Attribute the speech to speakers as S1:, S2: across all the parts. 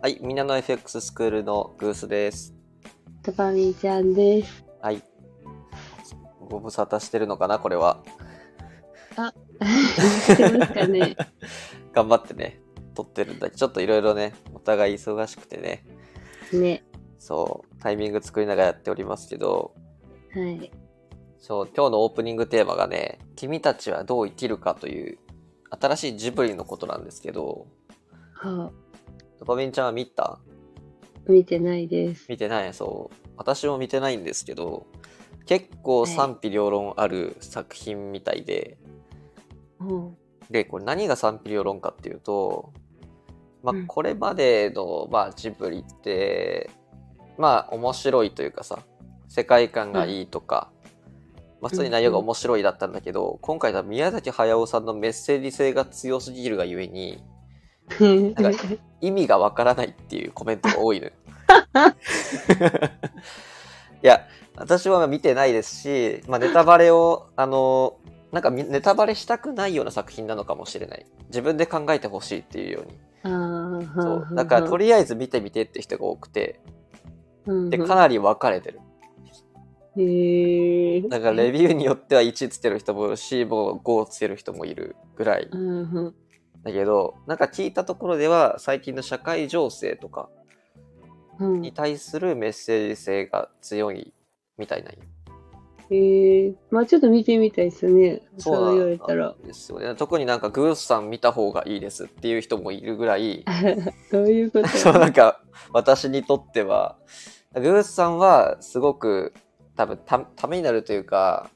S1: はい、みんなの FX スクールのグースです。
S2: トバミーちゃんです。
S1: はい。ご無沙汰してるのかな、これは。
S2: してますかね。
S1: 頑張ってね、撮ってるんだけど、ちょっといろいろね、お互い忙しくてね、
S2: ね。
S1: そう、タイミング作りながらやっておりますけど、
S2: はい。
S1: そう、今日のオープニングテーマがね、君たちはどう生きるかという、新しいジブリのことなんですけど、
S2: はあ、
S1: ドパミンちゃんは見た
S2: 見てないです。
S1: 見てないそう私も見てないんですけど結構賛否両論ある作品みたいで、
S2: ほ
S1: でこれ何が賛否両論かっていうと、まあ
S2: う、ん
S1: これまでの、まあ、ジブリってまあ面白いというかさ世界観がいいとか、まあ、普通に内容が面白いだったんだけど、今回は宮崎駿さんのメッセージ性が強すぎるがゆえに
S2: う。
S1: なん か意味がわからないっていうコメントが多い のよ。いや、私は見てないですし、まあ、ネタバレを、あの、なんかみネタバレしたくないような作品なのかもしれない。自分で考えてほしいっていうように。
S2: あー
S1: そ
S2: は
S1: う。だから、と
S2: り
S1: りあえず見てみてって人が多くて、
S2: あ
S1: で、かなり分かれてる。
S2: り。へえ。
S1: だから、レ
S2: ビ
S1: ビューによっては1つける人もいるし、もう5つける人もいるぐらい。
S2: うんうん。
S1: だけど、なんか聞いたところでは、最近の社会情勢とか、
S2: うん
S1: に。対するメッセージ性が強いみたいなんよ
S2: へえ。まあちょっと見てみたいですね。そう
S1: なん
S2: 言われたら。
S1: ですよね特になんかグースさん見た方がいいですっていう人もいるぐら い
S2: どういうこと
S1: そうなんか私にとってはグースさんはすごく多分たためになるというか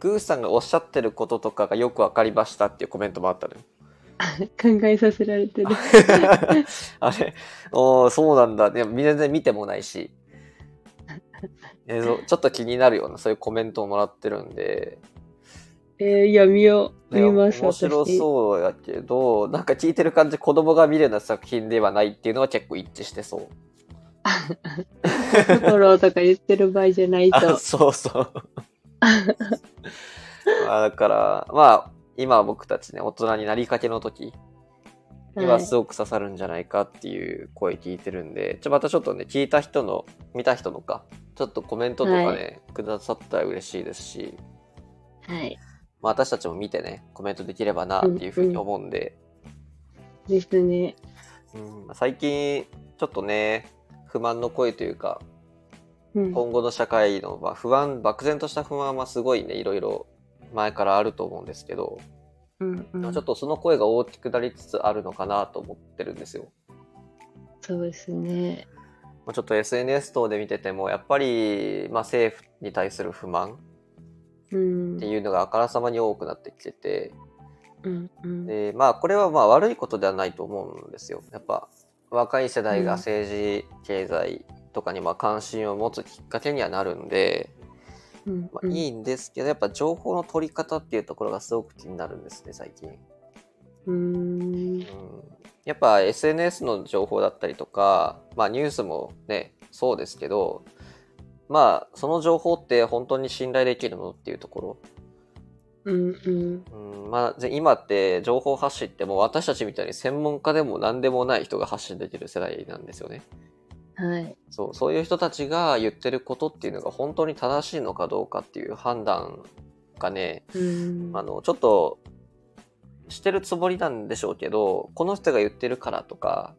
S1: グースさんがおっしゃってることとかがよく分かりましたっていうコメントもあ ったのよ
S2: 考えさせら れてる。
S1: あれおーそうなんだでも全然見てもない し、ねそうちょっと気になるようなそういうコメントをもらってるんで
S2: えー、いや、見よう。
S1: ね
S2: 見ます、
S1: 面白そうやけどなんか聞いてる感じ子供が見るような作品ではないっていうのは結構一致してそう
S2: 私。トトロとか言ってる場合じゃない
S1: あ
S2: と。
S1: そうそうまあだからまあ今僕たちね大人になりかけの時にはすごく刺さるんじゃないかっていう声聞いてるんでちょまたちょっとね聞いた人の見た人のかちょっとコメントとかね、
S2: は
S1: くださったら嬉しいですし、
S2: はい。
S1: まあ、私たちも見てねコメントできればなっていうふうに思うんで、
S2: ですね。
S1: うん最近ちょっとね不満の声というか
S2: うん。
S1: 今後の社会のまあ不安漠然とした不安はすごいねいろいろ前からあると思うんですけど、
S2: うんう
S1: でも
S2: ん
S1: ちょっとその声が大きくなりつつあるのかなと思ってるんですよ。
S2: そうですね。
S1: まあちょっと SNS 等で見ててもやっぱり、まあ、政府に対する不満
S2: うん
S1: っていうのがあからさまに多くなってきてて
S2: うんうん
S1: で、まあ、これはまあ悪いことではないと思うんですよ。やっぱ若い世代が政治、経済とかにまあ関心を持つきっかけにはなるんで、
S2: うん
S1: ま
S2: う
S1: あ、
S2: ん
S1: いいんですけど、やっぱ情報の取り方っていうところがすごく気になるんですね最近、
S2: うーん
S1: うん、やっぱ SNS の情報だったりとか、まあ、ニュースもねそうですけどまあその情報って本当に信頼できるのっていうとこ
S2: うんうん
S1: ろ、うんまあ、ぜ今って情報発信ってもう私たちみたいに専門家でも何でもない人が発信できる世代なんですよね
S2: はい
S1: そうそういう人たちが言ってることっていうのが本当に正しいのかどうかっていう判断がね
S2: うん
S1: あのちょっとしてるつもりなんでしょうけどこの人が言ってるからとか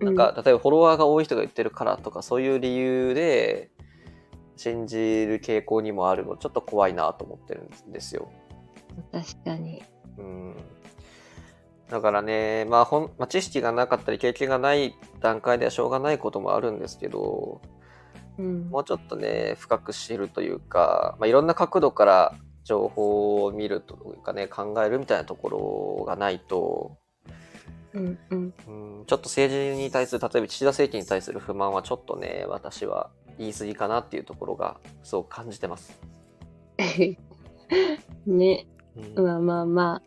S1: なんか、例えばフォロワーが多い人が言ってるからとかそういう理由で信じる傾向にもあるのちょっと怖いなと思ってるんですよ。
S2: うん確かに
S1: うんだからね、まあほんまあ、知識がなかったり経験がない段階ではしょうがないこともあるんですけど
S2: うん
S1: もうちょっとね深く知るというか、まあ、いろんな角度から情報を見るというかね考えるみたいなところがないと、
S2: うんうん
S1: うん、ちょっと政治に対する例えば岸田政権に対する不満はちょっとね私は言い過ぎかなっていうところがすごく感じてます。
S2: ね
S1: うん
S2: まあまあま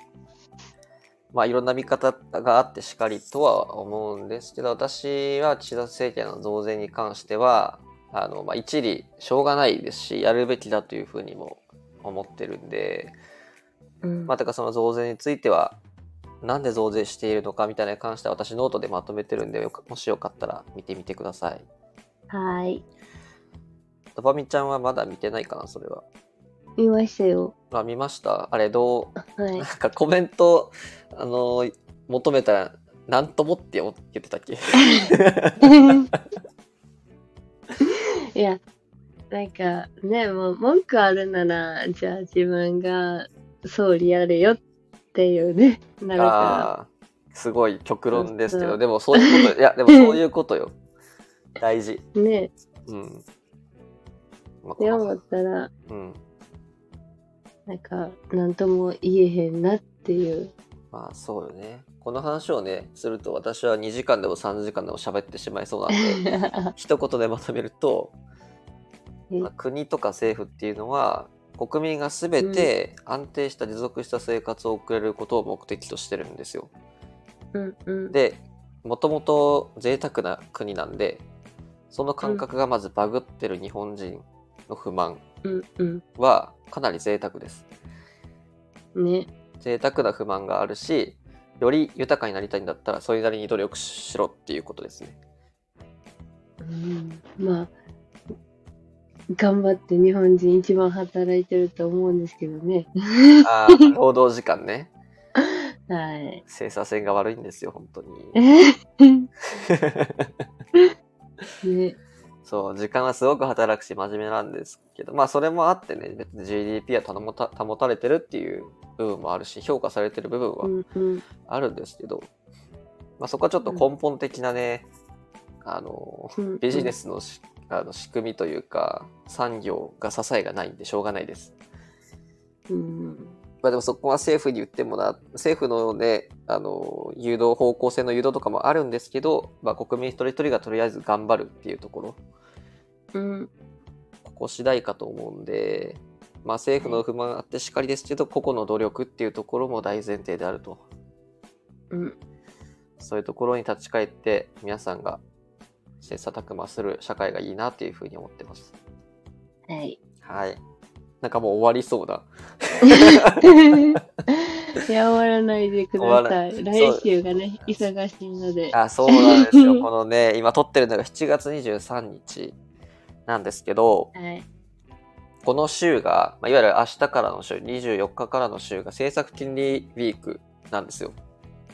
S1: まあいろんな見方があってしかりとは思うんですけど私は岸田政権の増税に関してはあの、まあ、一理しょうがないですしやるべきだというふうにも思ってるんで
S2: あ、うん
S1: まあ、てかその増税についてはなんで増税しているのかみたいなのに関しては私ノートでまとめてるんでよかもしよかったら見てみてください
S2: はい。
S1: ドバミちゃんはまだ見てないかなそれは
S2: 見ましたよ。
S1: あ見ましたあれどう
S2: はい
S1: なん。かコメントあの求めたらなんともって言ってたっけ
S2: いや、なんかね、もう文句あるなら、じゃあ自分が総理やれよっていうね、なるか
S1: あーすごい極論ですけ
S2: そうそ
S1: ど
S2: う
S1: でもそういう こといやでもそういうことよ大事
S2: ら、ね、っ
S1: うん、まあこ
S2: て
S1: の
S2: 思ったら、
S1: うん、
S2: なんか、なんとも言えへんなっ ていう。
S1: まあそうよねこの話をねすると私は2時間でも3時間でも喋ってしまいそうなんで 一言でまとめると、
S2: え
S1: まあ国とか政府っていうのは国民が全て安定した持続した生活を送れることを目的としてるんですよ。
S2: うんうん。
S1: でもともと贅沢な国なんでその感覚がまずバグってる日本人の不満
S2: うんうん。
S1: はかなり贅沢です。
S2: ね。
S1: 贅沢な不満があるしより豊かになりたいんだったらそれなりに努力しろっていうことです ね。
S2: うん、まあ、頑張って日本人一番働いてると思うんですけどね。
S1: あー労働時間ね
S2: はい。
S1: 生産性が悪いんですよ本当に。
S2: ね。
S1: そう時間はすごく働くし真面目なんですけどまあそれもあってね別に GDP は保た保たれてるっていう部分もあるし評価されてる部分
S2: う
S1: は
S2: んうん。
S1: あるんですけど、まあ、そこはちょっと根本的なね、あの
S2: うん
S1: ビジネ
S2: ス。
S1: スのしあの仕組みというか産業が支えがないんでしょうがないです。
S2: うん。
S1: まあ、でもそこは政府に言ってもな政府のねあの誘導方向性の誘導とかもあるんですけど、まあ、国民一人一人がとりあえず頑張るっていうところ
S2: うん。
S1: ここ次第かと思うんで、まあ、政府の不満あってしかりですけど個々の努力っていうところも大前提であると
S2: うん。
S1: そういうところに立ち返って皆さんが切磋琢磨する社会がいいなというふうに思ってます
S2: はい。
S1: はいなんかもう終わりそうだ
S2: いや、終わらないでくだ
S1: 終わら
S2: さい。来週がね、忙しいので。
S1: あそうなんです よこのね今撮ってるのが7月23日なんですけど
S2: はい。
S1: この週が、まあ、いわゆる明日からの週24日からの週が政策金利ウィークなんですよ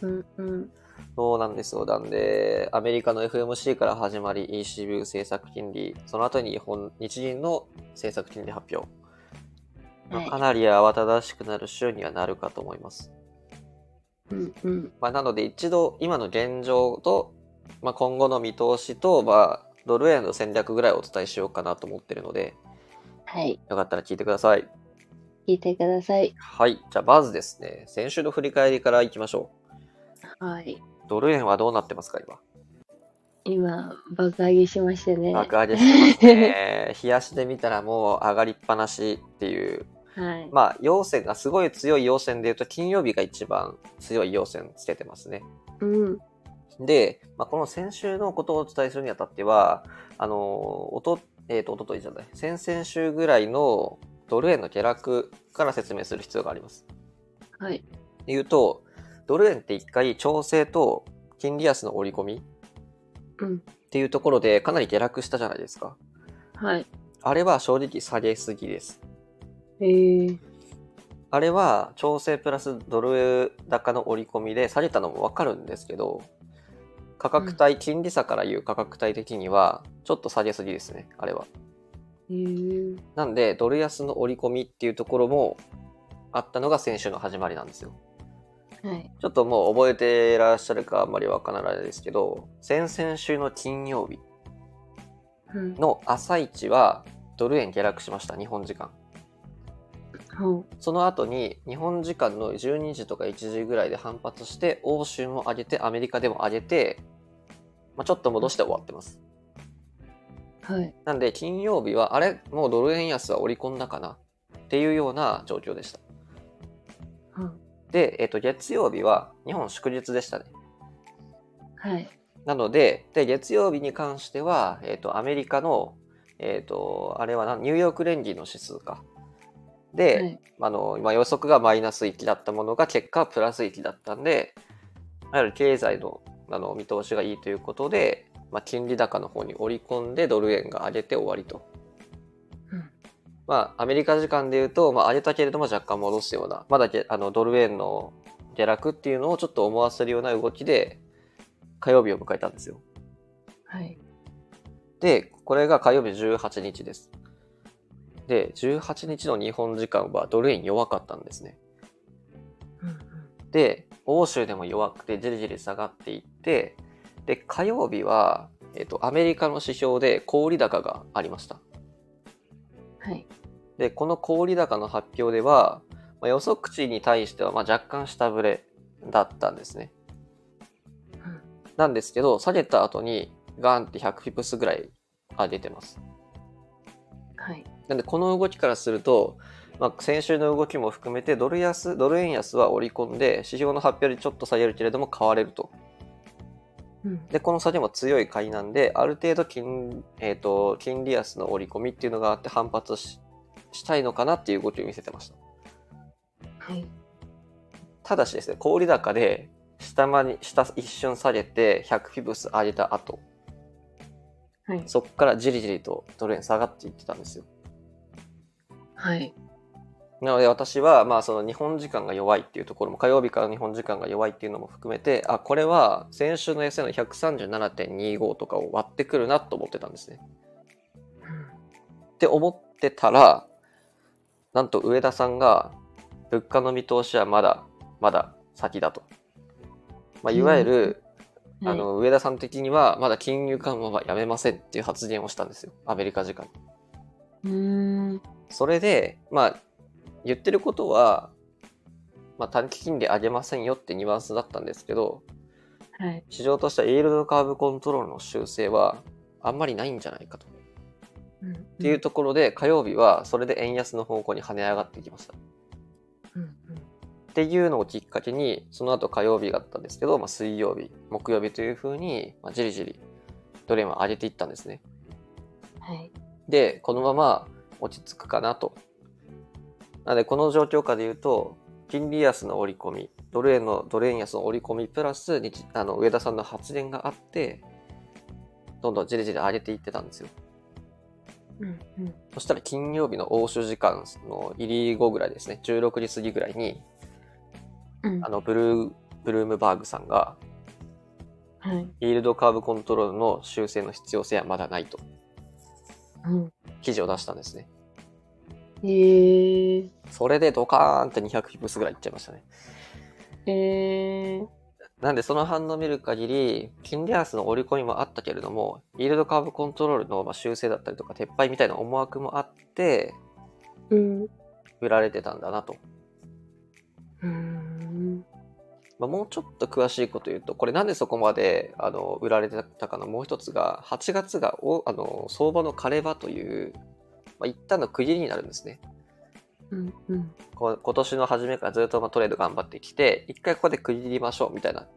S2: うんうん。
S1: そうなんですよ。なんで、アメリカの FMC から始まり、ECB 政策金利、その後に日本日銀の政策金利発表、まあか
S2: は
S1: なり慌ただしくなる週にはなるかと思います。
S2: い。うんうん。
S1: まあ、なので、一度、今の現状と、まあ、今後の見通しと、まあ、ドル円の戦略ぐらいお伝えしようかなと思ってるので、
S2: はい。
S1: よかったら聞いてください。
S2: 聞いてください。
S1: はい。じゃあ、まずですね、先週の振り返りからいきましょ
S2: はい。
S1: う。ドル円はどうなってますか、今。
S2: 今、爆上げしましたね。
S1: 爆上げしてますね。冷やしで見たらもう上がりっぱなしっていう。
S2: はい。
S1: まあ、陽線がすごい強い陽線で言うと、金曜日が一番強い陽線つけてますね。
S2: うん。
S1: で、まあ、この先週のことをお伝えするにあたっては、あの、おと、えっ、と、おとといじゃない、先々週ぐらいのドル円の下落から説明する必要があります。
S2: はい。
S1: 言うと、ドル円って一回調整と金利安の折り込みっ
S2: うん。
S1: ていうところでかなり下落したじゃないですか。
S2: はい。
S1: あれは正直下げすぎです。
S2: えー。
S1: あれは調整プラスドル高の折り込みで下げたのもわかるんですけど、価格帯、金利差からいう価格帯的には、ちょっと下げすぎですね、あれは。
S2: えー。
S1: なんで、ドル安の折り込みっていうところもあったのが先週の始まりなんですよ。
S2: はい。
S1: ちょっともう覚えてらっしゃるかあんまりわからないですけど、先々週の金曜日
S2: うん。
S1: の朝一は、ドル円下落しました、日本時間。
S2: ほ
S1: その後に日本時間の12時とか1時ぐらいで反発して欧州も上げてアメリカでも上げて、まあ、ちょっと戻して終わってます
S2: う。はい。
S1: なんで金曜日はあれもうドル円安は織り込んだかなっていうような状況でした
S2: うん
S1: で、えっと月曜日は日本祝日でしたね
S2: はい。
S1: なのでで月曜日に関しては、えっとアメリカの、えっとあれはなニューヨーク連銀の指数かで、
S2: はい
S1: あの今予測がマイナス域だったものが結果はプラス域だったんでいわゆる経済のあの見通しがいいということで、まあ、金利高の方に織り込んでドル円が上げて終わりと。
S2: うん
S1: まあ、アメリカ時間でいうと、まあ、上げたけれども若干戻すようなまだげあのドル円の下落っていうのをちょっと思わせるような動きで火曜日を迎えたんですよ。
S2: はい。
S1: で、これが火曜日18日です。で、18日の日本時間はドル円弱かったんですね。
S2: うんうん
S1: で欧州でも弱くてじりじり下がっていってで火曜日は、えっとアメリカの指標で小売高がありました
S2: はい。
S1: でこの小売高の発表では、まあ、予測値に対しては、まあ、若干下振れだったんですね
S2: うん
S1: なんですけど下げた後にガンって100ピプスぐらい上げてます
S2: はい。
S1: なんでこの動きからすると、まあ、先週の動きも含めてドル安ドル円安は織り込んで指標の発表でちょっと下げるけれども買われると
S2: うん。
S1: で、この先も強い買いなんで、ある程度金、えっ、と、金利安の織り込みっていうのがあって反発ししたいのかなっていう動きを見せてました。
S2: はい。
S1: ただしですね、小売高で、下まに、下一瞬下げて、100ピブス上げた後、
S2: はい。
S1: そこからじりじりとドル円下がっていってたんですよ。
S2: はい。
S1: なので私は、まあその日本時間が弱いっていうところも、火曜日から日本時間が弱いっていうのも含めて、あ、これは先週の SN の137.25とかを割ってくるなと思ってたんですね。
S2: うん
S1: って思ってたらなんと上田さんが物価の見通しはまだまだ先だと、まあ、いわゆる、あ、
S2: はい
S1: の上田さん的にはまだ金融緩和はやめませんっていう発言をしたんですよアメリカ時間に
S2: うーん。
S1: それでまあ言ってることは、まあ、短期金利上げませんよってニュアンスだったんですけど
S2: はい。
S1: 市場としてはイールドカーブコントロールの修正はあんまりないんじゃないかと
S2: うんん
S1: っていう。ところで火曜日はそれで円安の方向に跳ね上がってきました
S2: うんう
S1: っ
S2: ん
S1: ていうのをきっかけにその後火曜日があったんですけど、まあ、水曜日木曜日というふうに、まあ、じりじりドル円は上げていったんですね
S2: はい。
S1: でこのまま落ち着くかなとなのでこの状況下で言うと金利安の織り込みドル円のドル円安の織り込みプラス日あの上田さんの発言があってどんどんじりじり上げていってたんですよ
S2: うんうん。
S1: そしたら金曜日の欧州時間の入り後ぐらいですね16時過ぎぐらいに
S2: うん
S1: あ。のブルーブルームバーグさんが
S2: はい。
S1: イールドカーブコントロールの修正の必要性はまだないと
S2: うん。
S1: 記事を出したんですね。
S2: えー。
S1: それでドカーンって200ピプスぐらいいっちゃいましたね。
S2: えー。
S1: なんでその反応を見る限り、金利安の折り込みもあったけれども、イールドカーブコントロールのまあ修正だったりとか撤廃みたいな思惑もあって、
S2: うん。う
S1: 売られてたんだなと。
S2: ーん。
S1: まあ、もうちょっと詳しいこと言うと、これなんでそこまであの売られてたかのもう一つが、8月がおあの相場の枯れ場という、まあ、一旦の区切りになるんですね。
S2: うんうん。
S1: こ今年の初めからずっとまあトレード頑張ってきて、一回ここで区切りましょうみたいな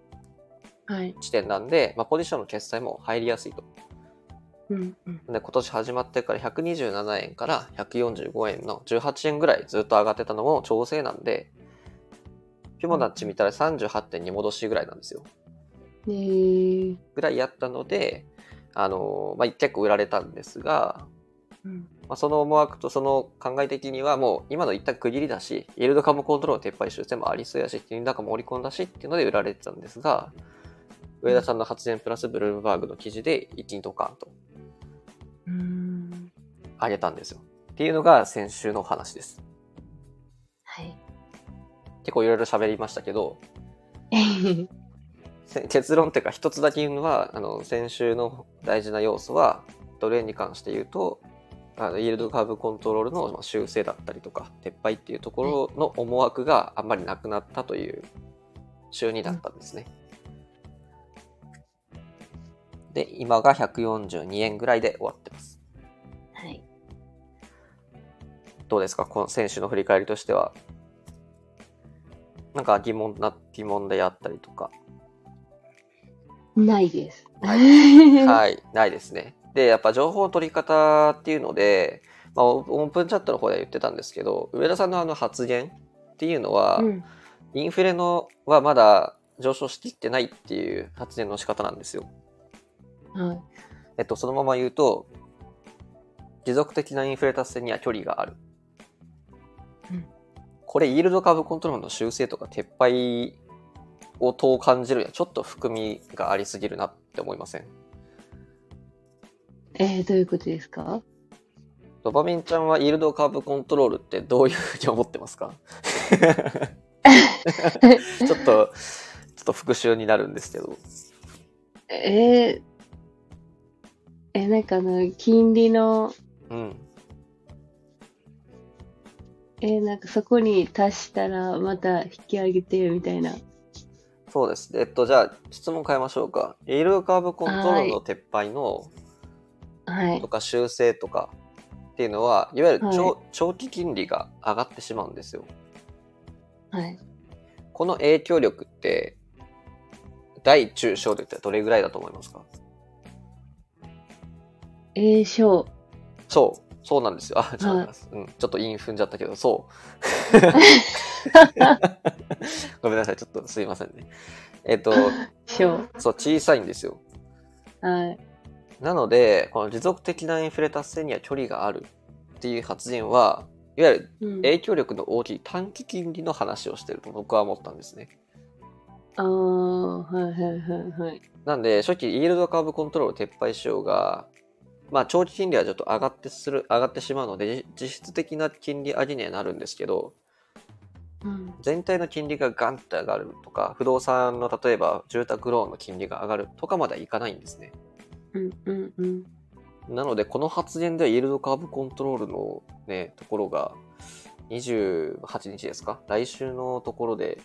S2: はい。
S1: 地点なんで、まあ、ポジションの決済も入りやすいと。
S2: うんうん。
S1: で今年始まってから127円から145円の18円ぐらいずっと上がってたのも調整なんで、フィボナッチ見たら38点に戻しぐらいなんですよ。
S2: えー。
S1: ぐらいやったので、あのーまあ、結構売られたんですが、
S2: うん。
S1: まあ、その思惑とその考え的にはもう今の一旦区切りだし、イールドカムコントロールの撤廃修正もありそうやし、金利高も織り込んだしっていうので売られてたんですが、上田さんの発言プラスブルームバーグの記事で一気にドカンと
S2: うーん。
S1: 上げたんですよ。っていうのが先週のお話です。
S2: はい。
S1: 結構いろいろ喋りましたけど、
S2: え
S1: せ結論っていうか一つだけ言うのは、あの、先週の大事な要素は、ドル円に関して言うと、あのイールドカーブコントロールのまあ修正だったりとか、撤廃っていうところの思惑があんまりなくなったという週にだったんですね。で、今が142円ぐらいで終わってます。
S2: はい。
S1: どうですか、この選手の振り返りとしては。なんか疑問な疑問であったりとか、
S2: ないです。
S1: はい、ないですね。で、やっぱ情報の取り方っていうので、まあ、オオープンチャットの方では言ってたんですけど上田さんのあの発言っていうのは、
S2: うん。
S1: インフレのはまだ上昇しきってないっていう発言の仕方なんですよ。
S2: はい。
S1: えっと、そのまま言うと持続的なインフレ達成には距離がある。
S2: うん
S1: これイールドカーブコントロールの修正とか撤廃を遠感じるにはちょっと含みがありすぎるなって思いません
S2: えー、どういうことですか
S1: ドバミンちゃんはイールドカーブコントロールってどういうふうに思ってますか ちょっと、ちょっと復習になるんですけど。
S2: えー、え、なんかあの、金利の、
S1: うん。
S2: えー、なんかそこに足したらまた引き上げてみたいな。
S1: そうです。えっと、じゃあ、質問変えましょうか。イールドカーブコントロールの撤廃の
S2: はい
S1: と。か修正とかっていうのは、いわゆる長,、
S2: は
S1: 長期金利が上がってしまうんですよ。
S2: はい。
S1: この影響力って、大中小で言ったらどれぐらいだと思いますか
S2: えー、小。
S1: そう、そうなんですよ。あ、ちょっと待ってます、うん、ちょっと韻踏んじゃったけど、そう。ごめんなさい、ちょっとすいませんね。えっ、と、
S2: 小。
S1: そう、小さいんですよ。
S2: はい。
S1: なので、この持続的なインフレ達成には距離があるっていう発言は、いわゆる
S2: うん、
S1: 影響力の大きい短期金利の話をしてると僕は思ったんですね。
S2: ああ、はいはいはいはい。
S1: なんで、初期イールドカーブコントロールを撤廃しようが、まあ、長期金利はちょっと上がってする、上がってしまうので、実実質的な金利上げにはなるんですけど、
S2: うん。
S1: 全体の金利がガンって上がるとか不動産の例えば住宅ローンの金利が上がるとかまではいかないんですね
S2: うんうんうん。
S1: なのでこの発言ではイールドカーブコントロールのねところが28日ですか来週のところで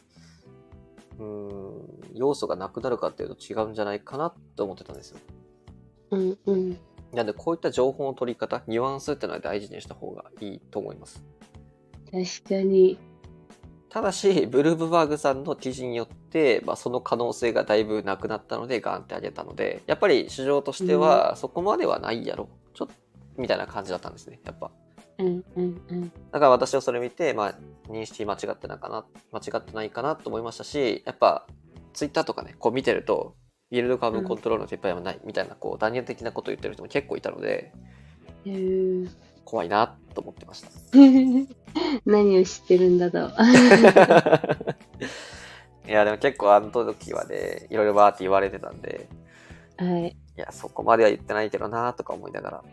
S1: うーん要素がなくなるかっていうと違うんじゃないかなって思ってたんですよ
S2: うんうん。
S1: なんでこういった情報の取り方ニュアンスっていうのは大事にした方がいいと思います
S2: 確かに。
S1: ただし、ブルームバーグさんの記事によって、まあ、その可能性がだいぶなくなったので、ガンって上げたので、やっぱり市場としては、そこまではないやろ、ちょっと、みたいな感じだったんですね、やっぱ。
S2: うんうんうん。
S1: だから私はそれ見て、まあ、認識間違ってないかな、間違ってないかなと思いましたし、やっぱ、ツイッターとかね、こう見てると、イールドカーブコントロールの撤廃はない、みたいな、こう、断言的なことを言ってる人も結構いたので、
S2: えー、
S1: 怖いな、と思ってました。
S2: 何を知ってるんだと。
S1: いや、でも結構あの時はね、いろいろバーって言われてたんで、
S2: はい。
S1: いや、そこまでは言ってないけどなとか思いながら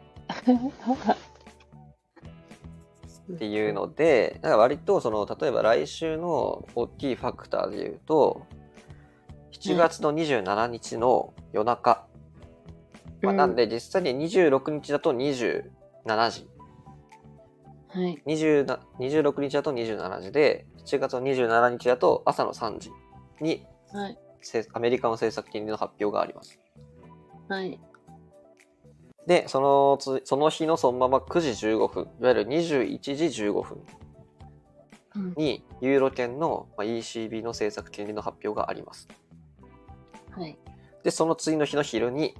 S1: っていう。ので、なんか割とその、例えば来週の大きいファクターで言うと、7月の27日の夜中、まあ、なんで実際に26日だと27時、
S2: うん。はい。
S1: 20な26日だと27時で、7月の27日だと朝の3時に
S2: はい。
S1: せアメリカの政策金利の発表があります。
S2: はい。
S1: で、そのつその日のそのまま9時15分、いわゆる21時15分
S2: うん。
S1: にユーロ圏のまあ ECB の政策金利の発表があります。
S2: はい。
S1: で、その次の日の昼に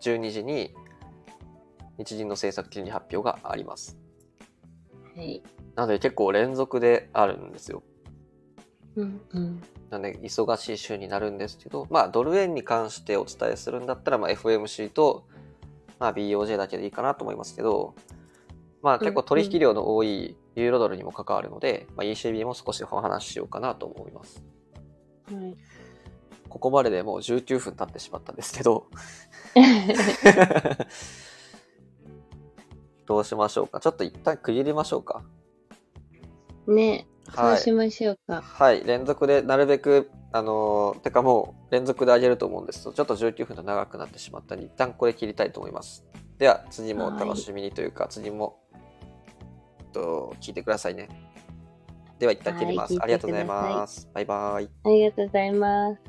S1: 12時に日銀の政策金利発表があります。
S2: はい。
S1: なので結構連続であるんですよ。
S2: うんうん。
S1: なので忙しい週になるんですけど、まあドル円に関してお伝えするんだったら、まあ FMC と、まあ BOJ だけでいいかなと思いますけど、まあ結構取引量の多いユーロドルにも関わるので、まあ ECB も少しお話ししようかなと思います。
S2: はい。
S1: ここまででもう19分経ってしまったんですけど、 どうしましょうか。ちょっと一旦区切りましょうか。
S2: ねそ
S1: は
S2: うし
S1: い。
S2: ましょうか。
S1: はい。連続で、なるべく、あのーてかもう連続で上げると思うんですけど、ちょっと19分と長くなってしまったんで、一旦これ切りたいと思います。では、次もお楽しみにというか、次も、えっと、聞いてくださいね。では、一旦切ります。
S2: はい
S1: ありがとうござい
S2: 聞いてください
S1: ます。バイバイ。
S2: ありがとうございます。